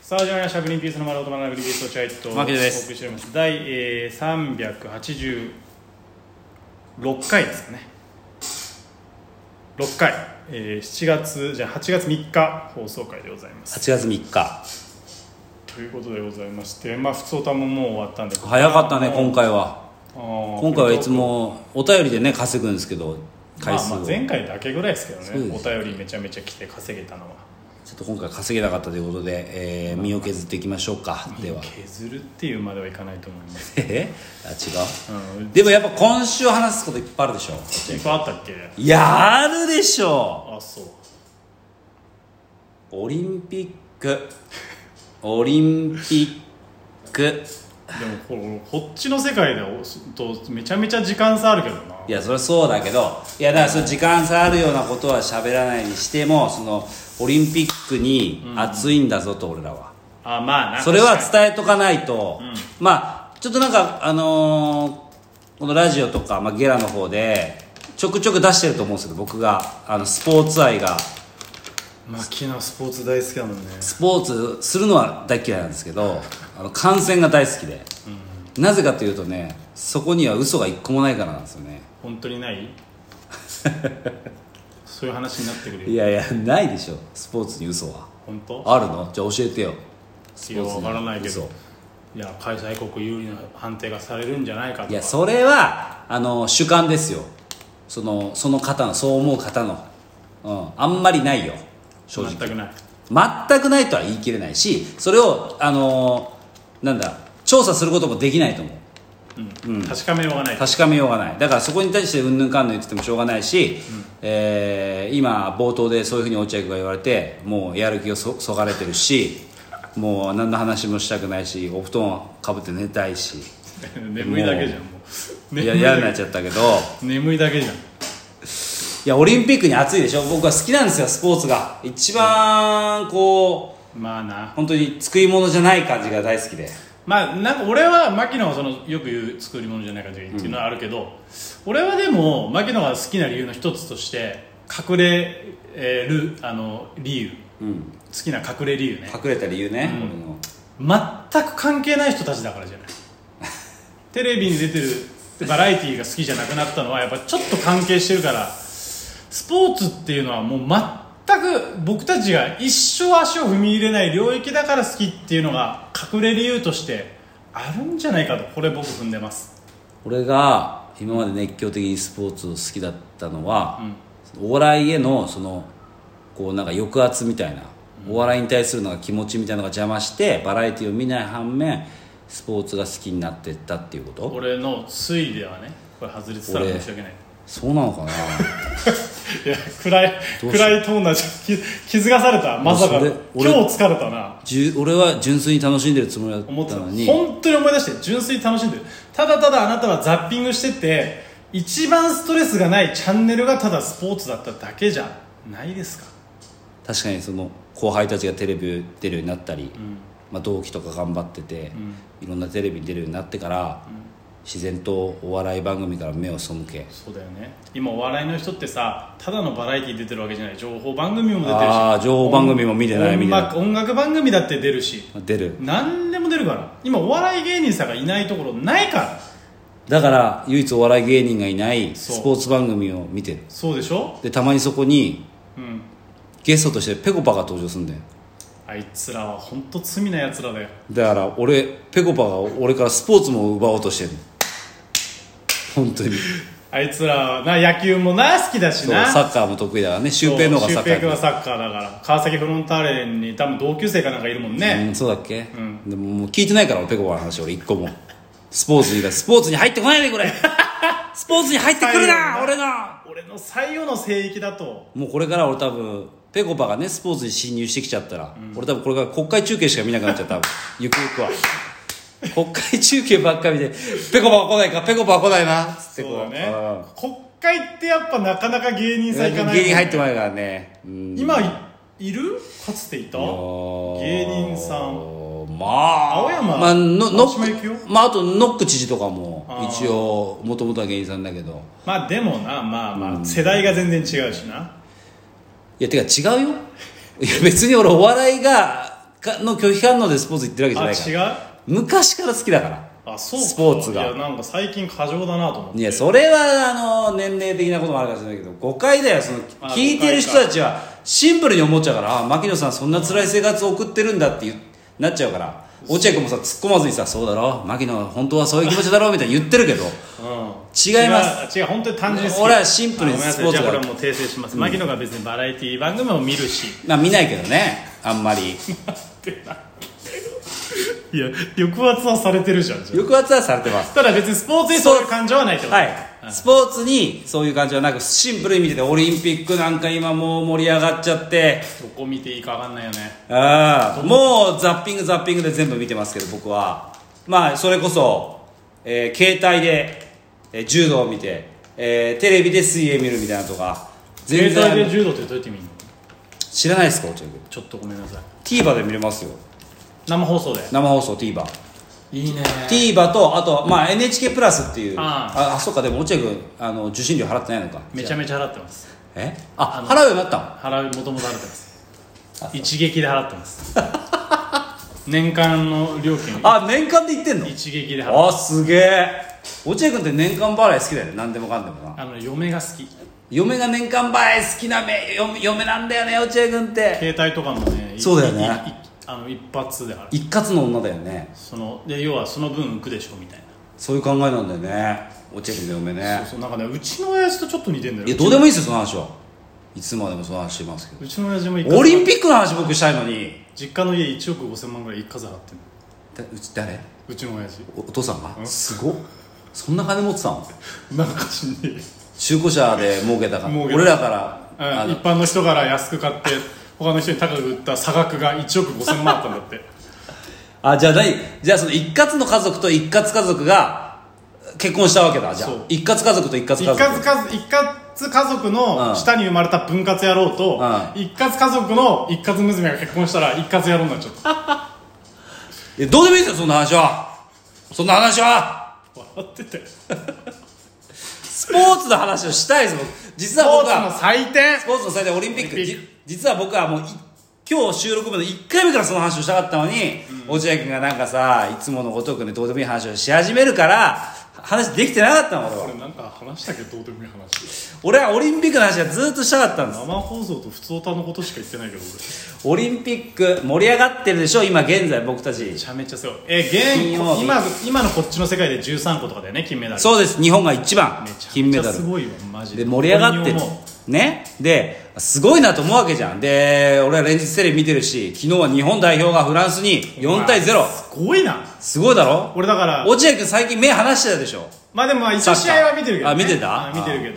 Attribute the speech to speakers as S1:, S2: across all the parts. S1: さあ始まりました「グリーンピースの丸太丸のグリーンピースとチャイト」をお
S2: 牧
S1: 送り
S2: 野です
S1: しております第、えー、386回ですかね6回、えー、7月じゃあ8月3日放送回でございます
S2: 8月3日
S1: ということでございましてまあ普通歌ももう終わったんで
S2: 早かったね今回は今
S1: 今
S2: 回はいつもお便りでね稼ぐんですけど回数を、
S1: まあ、まあ前回だけぐらいですけど
S2: そう
S1: ね
S2: で
S1: お
S2: す
S1: 便りめちゃめちゃ来て稼げたのは
S2: ちょっと今回稼げなかったということで、えー身を削っていきましょうかでは
S1: 削るっていうまではいかないと思います
S2: えあ違
S1: うん
S2: うでもやっぱ今週話すこといっぱいあるでしょ
S1: いっぱいあったっけ
S2: やるでしょ
S1: あそう
S2: オリンピックオリンピック
S1: でもここっちの世界でおとめちゃめちゃ時間差あるけどない
S2: やそれはそうだけどいやだからその時間差あるようなことは喋らないにしてもそのオリンピックに熱いんだぞと俺らは、
S1: あまあな
S2: それは
S1: 確か
S2: 伝えとかないと、まあちょっとなんかあのーこのラジオとか、まあ、ゲラの方でちょくちょく出してると思うんですけど僕があのスポーツ愛が
S1: にまあ昨日スポーツ大好きだもんね
S2: スポーツするのは大嫌いなんですけどあの観戦が大好きで、なぜかというとねそこには嘘が一個もないからなんですよね
S1: 本当にない そういう話になってくる
S2: い
S1: よ
S2: やいやないでしょスポーツに嘘は
S1: 本当
S2: あるのじゃあ教えてよ
S1: いやわからないけど
S2: 嘘
S1: いや開催国有利の判定がされるんじゃないかとか
S2: いやそれはあの主観ですよそのその方のそう思う方の、うん、あんまりないよ正直
S1: 全くない
S2: 全くないとは言い切れないしそれをあのなんだ調査することもできないと思う
S1: うん、確かめようがない
S2: 確かめようがないだからそこに対してうんぬんかんぬん言っててもしょうがないし、えー今冒頭でそういうふうに落合君が言われてもうやる気をそそがれてるしもう何の話もしたくないしお布団かぶって寝たいし
S1: 眠いだけじゃんもう
S2: いや
S1: 眠い
S2: 嫌
S1: だ
S2: になっ
S1: け
S2: ちゃったけど
S1: 眠いだけじゃん
S2: いやオリンピックに熱いでしょ僕は好きなんですよスポーツが一番こう
S1: まあな
S2: 本当に作り物じゃない感じが大好きで
S1: まあなんか俺は牧野はそのよく言う作り物じゃないかというっていうのはあるけど、俺はでも牧野が好きな理由の一つとして隠れえーるあの理由
S2: うん
S1: 好きな隠れ理由ね
S2: 隠れた理由ね、
S1: うん
S2: 俺の
S1: 全く関係ない人たちだからじゃない テレビに出てるバラエティーが好きじゃなくなったのはやっぱちょっと関係してるからスポーツっていうのはもう全く僕たちが一生足を踏み入れない領域だから好きっていうのが隠れ理由としてあるんじゃないかとこれ僕踏んでます
S2: 俺が今まで熱狂的にスポーツを好きだったのは、お笑いへのそのこうなんか抑圧みたいな、お笑いに対するのが気持ちみたいなのが邪魔してバラエティを見ない反面スポーツが好きになってったっていうこと
S1: 俺の推理ではねこれ外れてたら申し訳ない
S2: そうなのかない
S1: や暗い
S2: どうしよう
S1: 暗いトーンだし気気づかされたまさか
S2: それ
S1: 今日
S2: 俺
S1: 疲れたな
S2: じゅ俺は純粋に楽しんでるつもりだ
S1: 思っ
S2: ってた
S1: た
S2: のに
S1: 本当に思い出して純粋に楽しんでるただただあなたはザッピングしてて一番ストレスがないチャンネルがただスポーツだっただけじゃないですか
S2: 確かにその後輩たちがテレビ出るようになったり、まあ、同期とか頑張ってて、いろんなテレビに出るようになってから、自然とお笑い番組から目を背け
S1: そうだよね今お笑いの人ってさただのバラエティー出てるわけじゃない情報番組も出てるし
S2: あー情報番組も見てない
S1: 音
S2: 見てない
S1: 楽音楽番組だって出るし
S2: 出る
S1: 何でも出るから今お笑い芸人さんがいないところないから
S2: だから唯一お笑い芸人がいない
S1: そう
S2: スポーツ番組を見てる
S1: そうでしょ
S2: でたまにそこに
S1: うん
S2: ゲストとしてペコパが登場するんだよ
S1: あいつらは本当罪なやつらだよ
S2: だから俺ペコパが俺からスポーツも奪おうとしてるの本当に
S1: あいつらはな野球もな好きだし
S2: そう
S1: な
S2: サッカーも得意だからねシュウペイの方がサッカ
S1: シュウペイ君
S2: ー
S1: はサッカーだから川崎フロンターレに多分同級生かなんかいるもん
S2: う
S1: ね、
S2: ん、そうだっけ、
S1: ん
S2: でももう聞いてないから俺ペコパの話俺一個もスポーツにスポーツに入ってこないでくれスポーツに入ってくるな
S1: 最後
S2: 俺
S1: に
S2: の
S1: 俺の最後の聖域だと
S2: もうこれから俺多分ペコパがねスポーツに侵入してきちゃったら、俺多分これから国会中継しか見なくなっちゃう多分ゆくゆくは国会中継ばっかりでペコパは来ないかペコパは来ないなつって
S1: そ
S2: こ
S1: うだね
S2: うん
S1: 国会ってやっぱなかなか芸人さんいかないもんね、
S2: 芸人入ってもらえからね、うん、
S1: 今いいるかつていた芸人さん
S2: まあ
S1: 青山
S2: まあ、のノ
S1: 青島
S2: ッ
S1: 行くよ
S2: クまああとノック知事とかも
S1: あー
S2: 一応もともとは芸人さんだけど
S1: まあでもなまあまあ世代が全然違うしない
S2: やてか違うよいや別に俺お笑いがかの拒否反応でスポーツ行ってるわけじゃないから
S1: あ違う
S2: 昔から好きだから
S1: あそうか
S2: スポーツが
S1: いやなんか最近過剰だなと思って
S2: いやそれはあの年齢的なこともあるかもしれないけど誤解だよその
S1: あ
S2: 聞いてる人たちはシンプルに思っちゃうからあ牧野さんそんな辛い生活を送ってるんだって言うなっちゃうから落合君もさ突っ込まずにさ「そうだろ牧野本当はそういう気持ちだろ」みたいに言ってるけど
S1: うん、
S2: 違います
S1: 違う違う本当に単純に好き
S2: 俺はシンプルに
S1: あごめんなさい
S2: スポーツ
S1: じ
S2: が
S1: ゃあこれはもう訂正します、牧野が別にバラエティ番組も見るし
S2: まあ見ないけどねあんま
S1: い
S2: り
S1: や抑圧はされてるじゃんじゃあ
S2: 抑圧はされてます
S1: ただ別にスポーツにそういう感情はないってこと
S2: はい、スポーツにそういう感じはなくシンプルに見ててオリンピックなんか今もう盛り上がっちゃって
S1: どこ見ていいか分かんないよね
S2: ああもうザッピングザッピングで全部見てますけど僕はまあそれこそ、えー携帯で、えー柔道を見て、えーテレビで水泳見るみたいなとか全
S1: 携帯で
S2: 然
S1: 柔道ってどうやって見るの
S2: 知らないですか落合君
S1: ちょっとごめんなさい
S2: TVer で見れますよ
S1: 生放送で
S2: 生放送 TVer
S1: いいね
S2: TVer とあと、まあ、NHK プラスっていう
S1: あ
S2: ああそうかでも落合君あの受信料払ってないのか
S1: めちゃめちゃ払ってます
S2: えあ払うようになったの
S1: 払うもともと払ってます一撃で払ってます 年間の料金
S2: あ年間で言ってんの
S1: 一撃で払ってます
S2: あすげえ落合君って年間払い好きだよね何でもかんでもな
S1: あの嫁が好き
S2: 嫁が年間払い好きなめ嫁嫁なんだよね落合君って
S1: 携帯とかもねい
S2: そうだよね
S1: いいあの一発で払う
S2: 一括の女だよね
S1: そので要はその分浮くでしょみたい
S2: そういう考えなんだよね落合君の嫁
S1: な、
S2: ね
S1: そうそうなんかねうちの親父とちょっと似てんだよ
S2: いやどうでもいいですよその話はいつまでもその話してますけ
S1: うちの親父も一括
S2: どオリンピックの話僕したいのに
S1: 実家の家1億5000万ぐらい一括払ってる
S2: だうち誰
S1: うちの親 父
S2: おお父さんが
S1: ん
S2: すごっそんな金持ってたの
S1: なんかしんね
S2: 中古車で儲けたから
S1: 儲けた
S2: 俺らから
S1: え
S2: あ
S1: うん
S2: の
S1: 一般の人から安く買って他の人に高く売った差額が1億5000万あったんだって
S2: あじゃあ何じゃあその一括の家族と一括家族が結婚したわけだじゃあ
S1: そう
S2: 一括家族と 一括
S1: 一
S2: 家族
S1: 括家族一括家族
S2: う
S1: の
S2: ん
S1: 下に生まれた分割野郎と、
S2: う
S1: 一括家族の一括娘が結婚したら一括野郎になっちゃった
S2: いやどうでもいいですよそんな話はそんな話は
S1: 笑ってて
S2: スポーツの話をしたいです僕実
S1: ス
S2: は
S1: ポー
S2: 僕
S1: ツの
S2: は
S1: 祭典
S2: スポーツの最大オリンピック
S1: オリンピッ
S2: じ実は僕はもうい今日収録日の1回目からその話をしたかったのに、落合君がなんかさいつものごとくねどうでもいい話をし始めるから話できてなかったの俺は
S1: 俺なんか話したけどどうでもいい話
S2: 俺はオリンピックの話がずっとしたかったんです
S1: 生放送と普通歌のことしか言ってないけど俺
S2: オリンピック盛り上がってるでしょ今現在僕たち
S1: めちゃめちゃすごいえ現
S2: 金曜日
S1: 今今のこっちの世界で13個とかだよね金メダル
S2: そうです日本が一番
S1: めちゃ
S2: 金メ
S1: め
S2: ダ
S1: ちゃす
S2: ル
S1: ごいよマジで
S2: で盛り上がって
S1: 本
S2: る
S1: 当に思
S2: ねですごいなと思うわけじゃんで俺は連日テレビ見てるし昨日は日本代表がフランスに
S1: う
S2: 4対0
S1: うわすごいな
S2: すごいだろ
S1: 俺だから
S2: 落合君最近目離してたでしょ
S1: まあでもまあ一応試合は見てるけど、ね、
S2: あ見てた
S1: あ見てるけ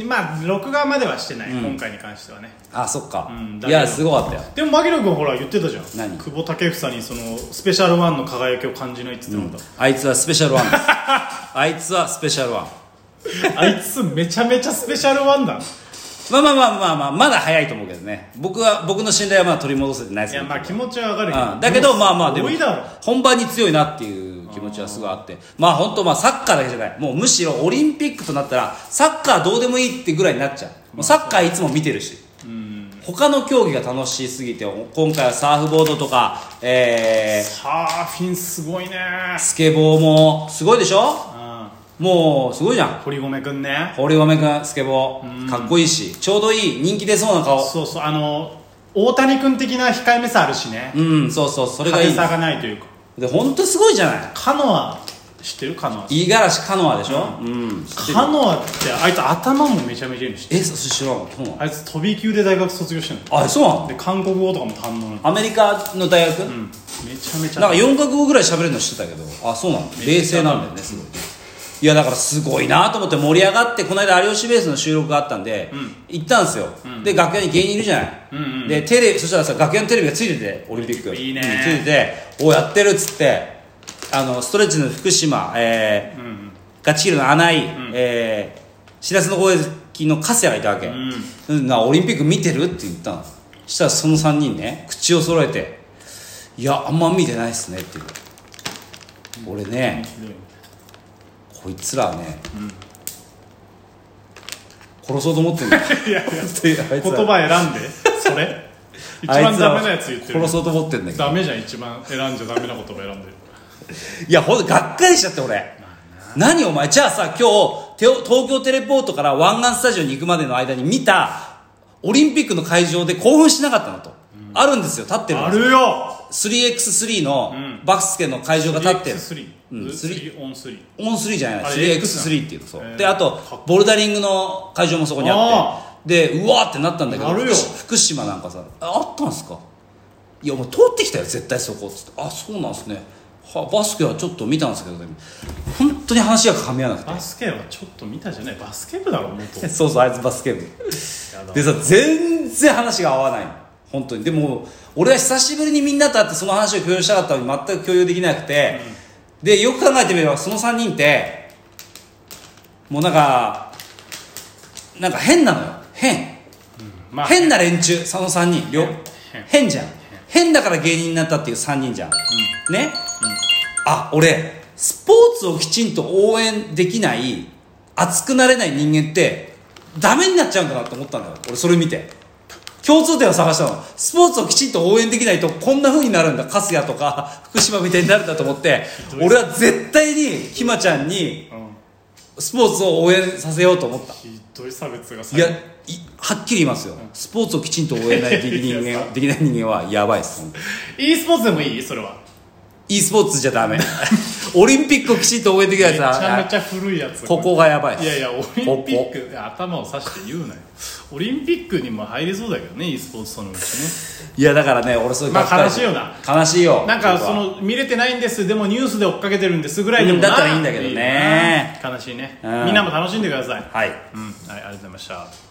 S1: どまあ録画まではしてない、今回に関してはね
S2: あそっか、
S1: うんだ
S2: い
S1: けど
S2: やすごかったよ
S1: でも牧野君ほら言ってたじゃん
S2: 何
S1: 久保建英にそのスペシャルワンの輝きを感じないって言ってた、
S2: あいつはスペシャ ルワンですあいつはスペシャルワン
S1: あいつめちゃめちゃスペシャルワンだ
S2: まあまあまあまあまあまだ早いと思うけどね僕は僕の信頼はまだ取り戻せてない
S1: い
S2: ですけ
S1: や
S2: ど
S1: まあ気持ちはわかるけど、
S2: うんだけどまあまあでも
S1: 多いだろ
S2: 本番に強いなっていう気持ちはすごいあってまあ本当まあサッカーだけじゃないもうむしろオリンピックとなったらサッカーどうでもいいってぐらいになっちゃうもうサッカーいつも見てるし他の競技が楽しすぎて今回はサーフボードとか、えー
S1: サーフィンすごいね
S2: スケボーもすごいでしょ
S1: うん
S2: もうすごいじゃん
S1: 堀米くんね
S2: 堀米君スケボーかっこいいしちょうどいい人気出そうな顔
S1: そうそうあの大谷くん的な控えめさあるしね
S2: うんそうそうそれが
S1: 派
S2: い
S1: 手
S2: い
S1: さがないというか
S2: で本当すごいじゃない
S1: カノア知ってるカノア
S2: 五十嵐カノアでしょうん知ってる
S1: カノアってあいつ頭もめちゃめちゃいいの知ってる
S2: えそ知らんそうなの
S1: あいつ飛び級で大学卒業してる
S2: あそうな
S1: の
S2: の
S1: で韓国語とかも堪能なの
S2: アメリカの大学、
S1: うんめちゃめちゃ
S2: なんか4カ国語ぐらい喋れるの知ってたけどあそうなの冷静なんだよねすごいねいやだからすごいなと思って盛り上がってこの間有吉ベースの収録があったんで、行ったんですよ、で楽屋に芸人いるじゃない、でテレビそしたらさ楽屋のテレビがついててオリンピック
S1: いいね
S2: うんついてておやってるっつってあのストレッチの福島、えーガチヒルの穴井、えー、しらすの攻撃の粕谷がいたわけ、うんなオリンピック見てるって言ったのそしたらその3人ね口を揃えて「いやあんま見てないっすね」って言う俺ね
S1: ひどい
S2: こいつらはね、殺そうと思ってんだよ
S1: いやいや
S2: 言
S1: 言葉選んでそれ一
S2: あい
S1: 番
S2: つら
S1: ダ
S2: を
S1: メなやつ言ってる
S2: 殺そうと思ってんだけど
S1: ダメじゃん一番選んじゃダメな言葉選んでる
S2: いやほんとがっかりしちゃって俺何お前じゃあさ今日テオ東京テレポートから湾岸スタジオに行くまでの間に見たオリンピックの会場で興奮しなかったのと、あるんですよ立ってるん
S1: あ
S2: ですよ
S1: るよ
S2: 3x3 の
S1: ん
S2: バスケの会場が立ってる、
S1: 3
S2: うん
S1: うん
S2: スリ
S1: 3オン3
S2: オン3じゃない
S1: あれ
S2: 3x3 っていうのそう、
S1: えー
S2: であと
S1: かっこ
S2: ボルダリングの会場もそこにあってでうわーってなったんだけど
S1: なるよ
S2: 福福島なんかさああったんすかいやもう通ってきたよ絶対そこっつってあそうなんすねはバスケはちょっと見たんですけどでも本当に話が噛み合わなく
S1: バスケはちょっと見たじゃないバスケ部だろ 元
S2: て そうそうあいつバスケ部
S1: やだ
S2: でさ全然話が合わないの本当にでも俺は久しぶりにみんなと会ってその話を共有したかったのに全く共有できなくて、でよく考えてみればその3人ってもうなんかなんか変なのよ変、
S1: まあ
S2: 変な連中その3人よ
S1: 変
S2: 変じゃん変だから芸人になったっていう3人じゃん、ね、あ俺スポーツをきちんと応援できない熱くなれない人間ってダメになっちゃうんだなと思ったんだよ俺それ見て共通点を探したのスポーツをきちんと応援できないとこんな風になるんだ春日とか 福島みたいになるんだと思って俺は絶対にひまちゃんに
S1: うん
S2: スポーツを応援させようと思った
S1: ひどい差別がさ
S2: いやいはっきり言いますよ、スポーツをきちんと応援ないでき人
S1: いや
S2: 間できない人間はやばいです本当に
S1: e スポーツでもいいそれは
S2: e スポーツじゃダ メオリンピックをきちんと応援できない
S1: めち
S2: やつ
S1: ゃめ
S2: は
S1: ちゃ古いやつ
S2: ここがやばいで
S1: い
S2: す
S1: やいやオリンピックいや頭を刺して言うなよオリンピックにも入りそうだけどね e スポーツそのうち
S2: いやだからね俺そういう
S1: まあ
S2: がっかり
S1: 悲しいよな
S2: 悲しいよ
S1: ねなんか
S2: 僕は
S1: その見れてないんですでもニュースで追っかけてるんですぐらいでもな
S2: うんだったらいいんだけどね
S1: いいな悲しいね
S2: うん
S1: みんなも楽しんでください
S2: はい
S1: うんはいありがとうございました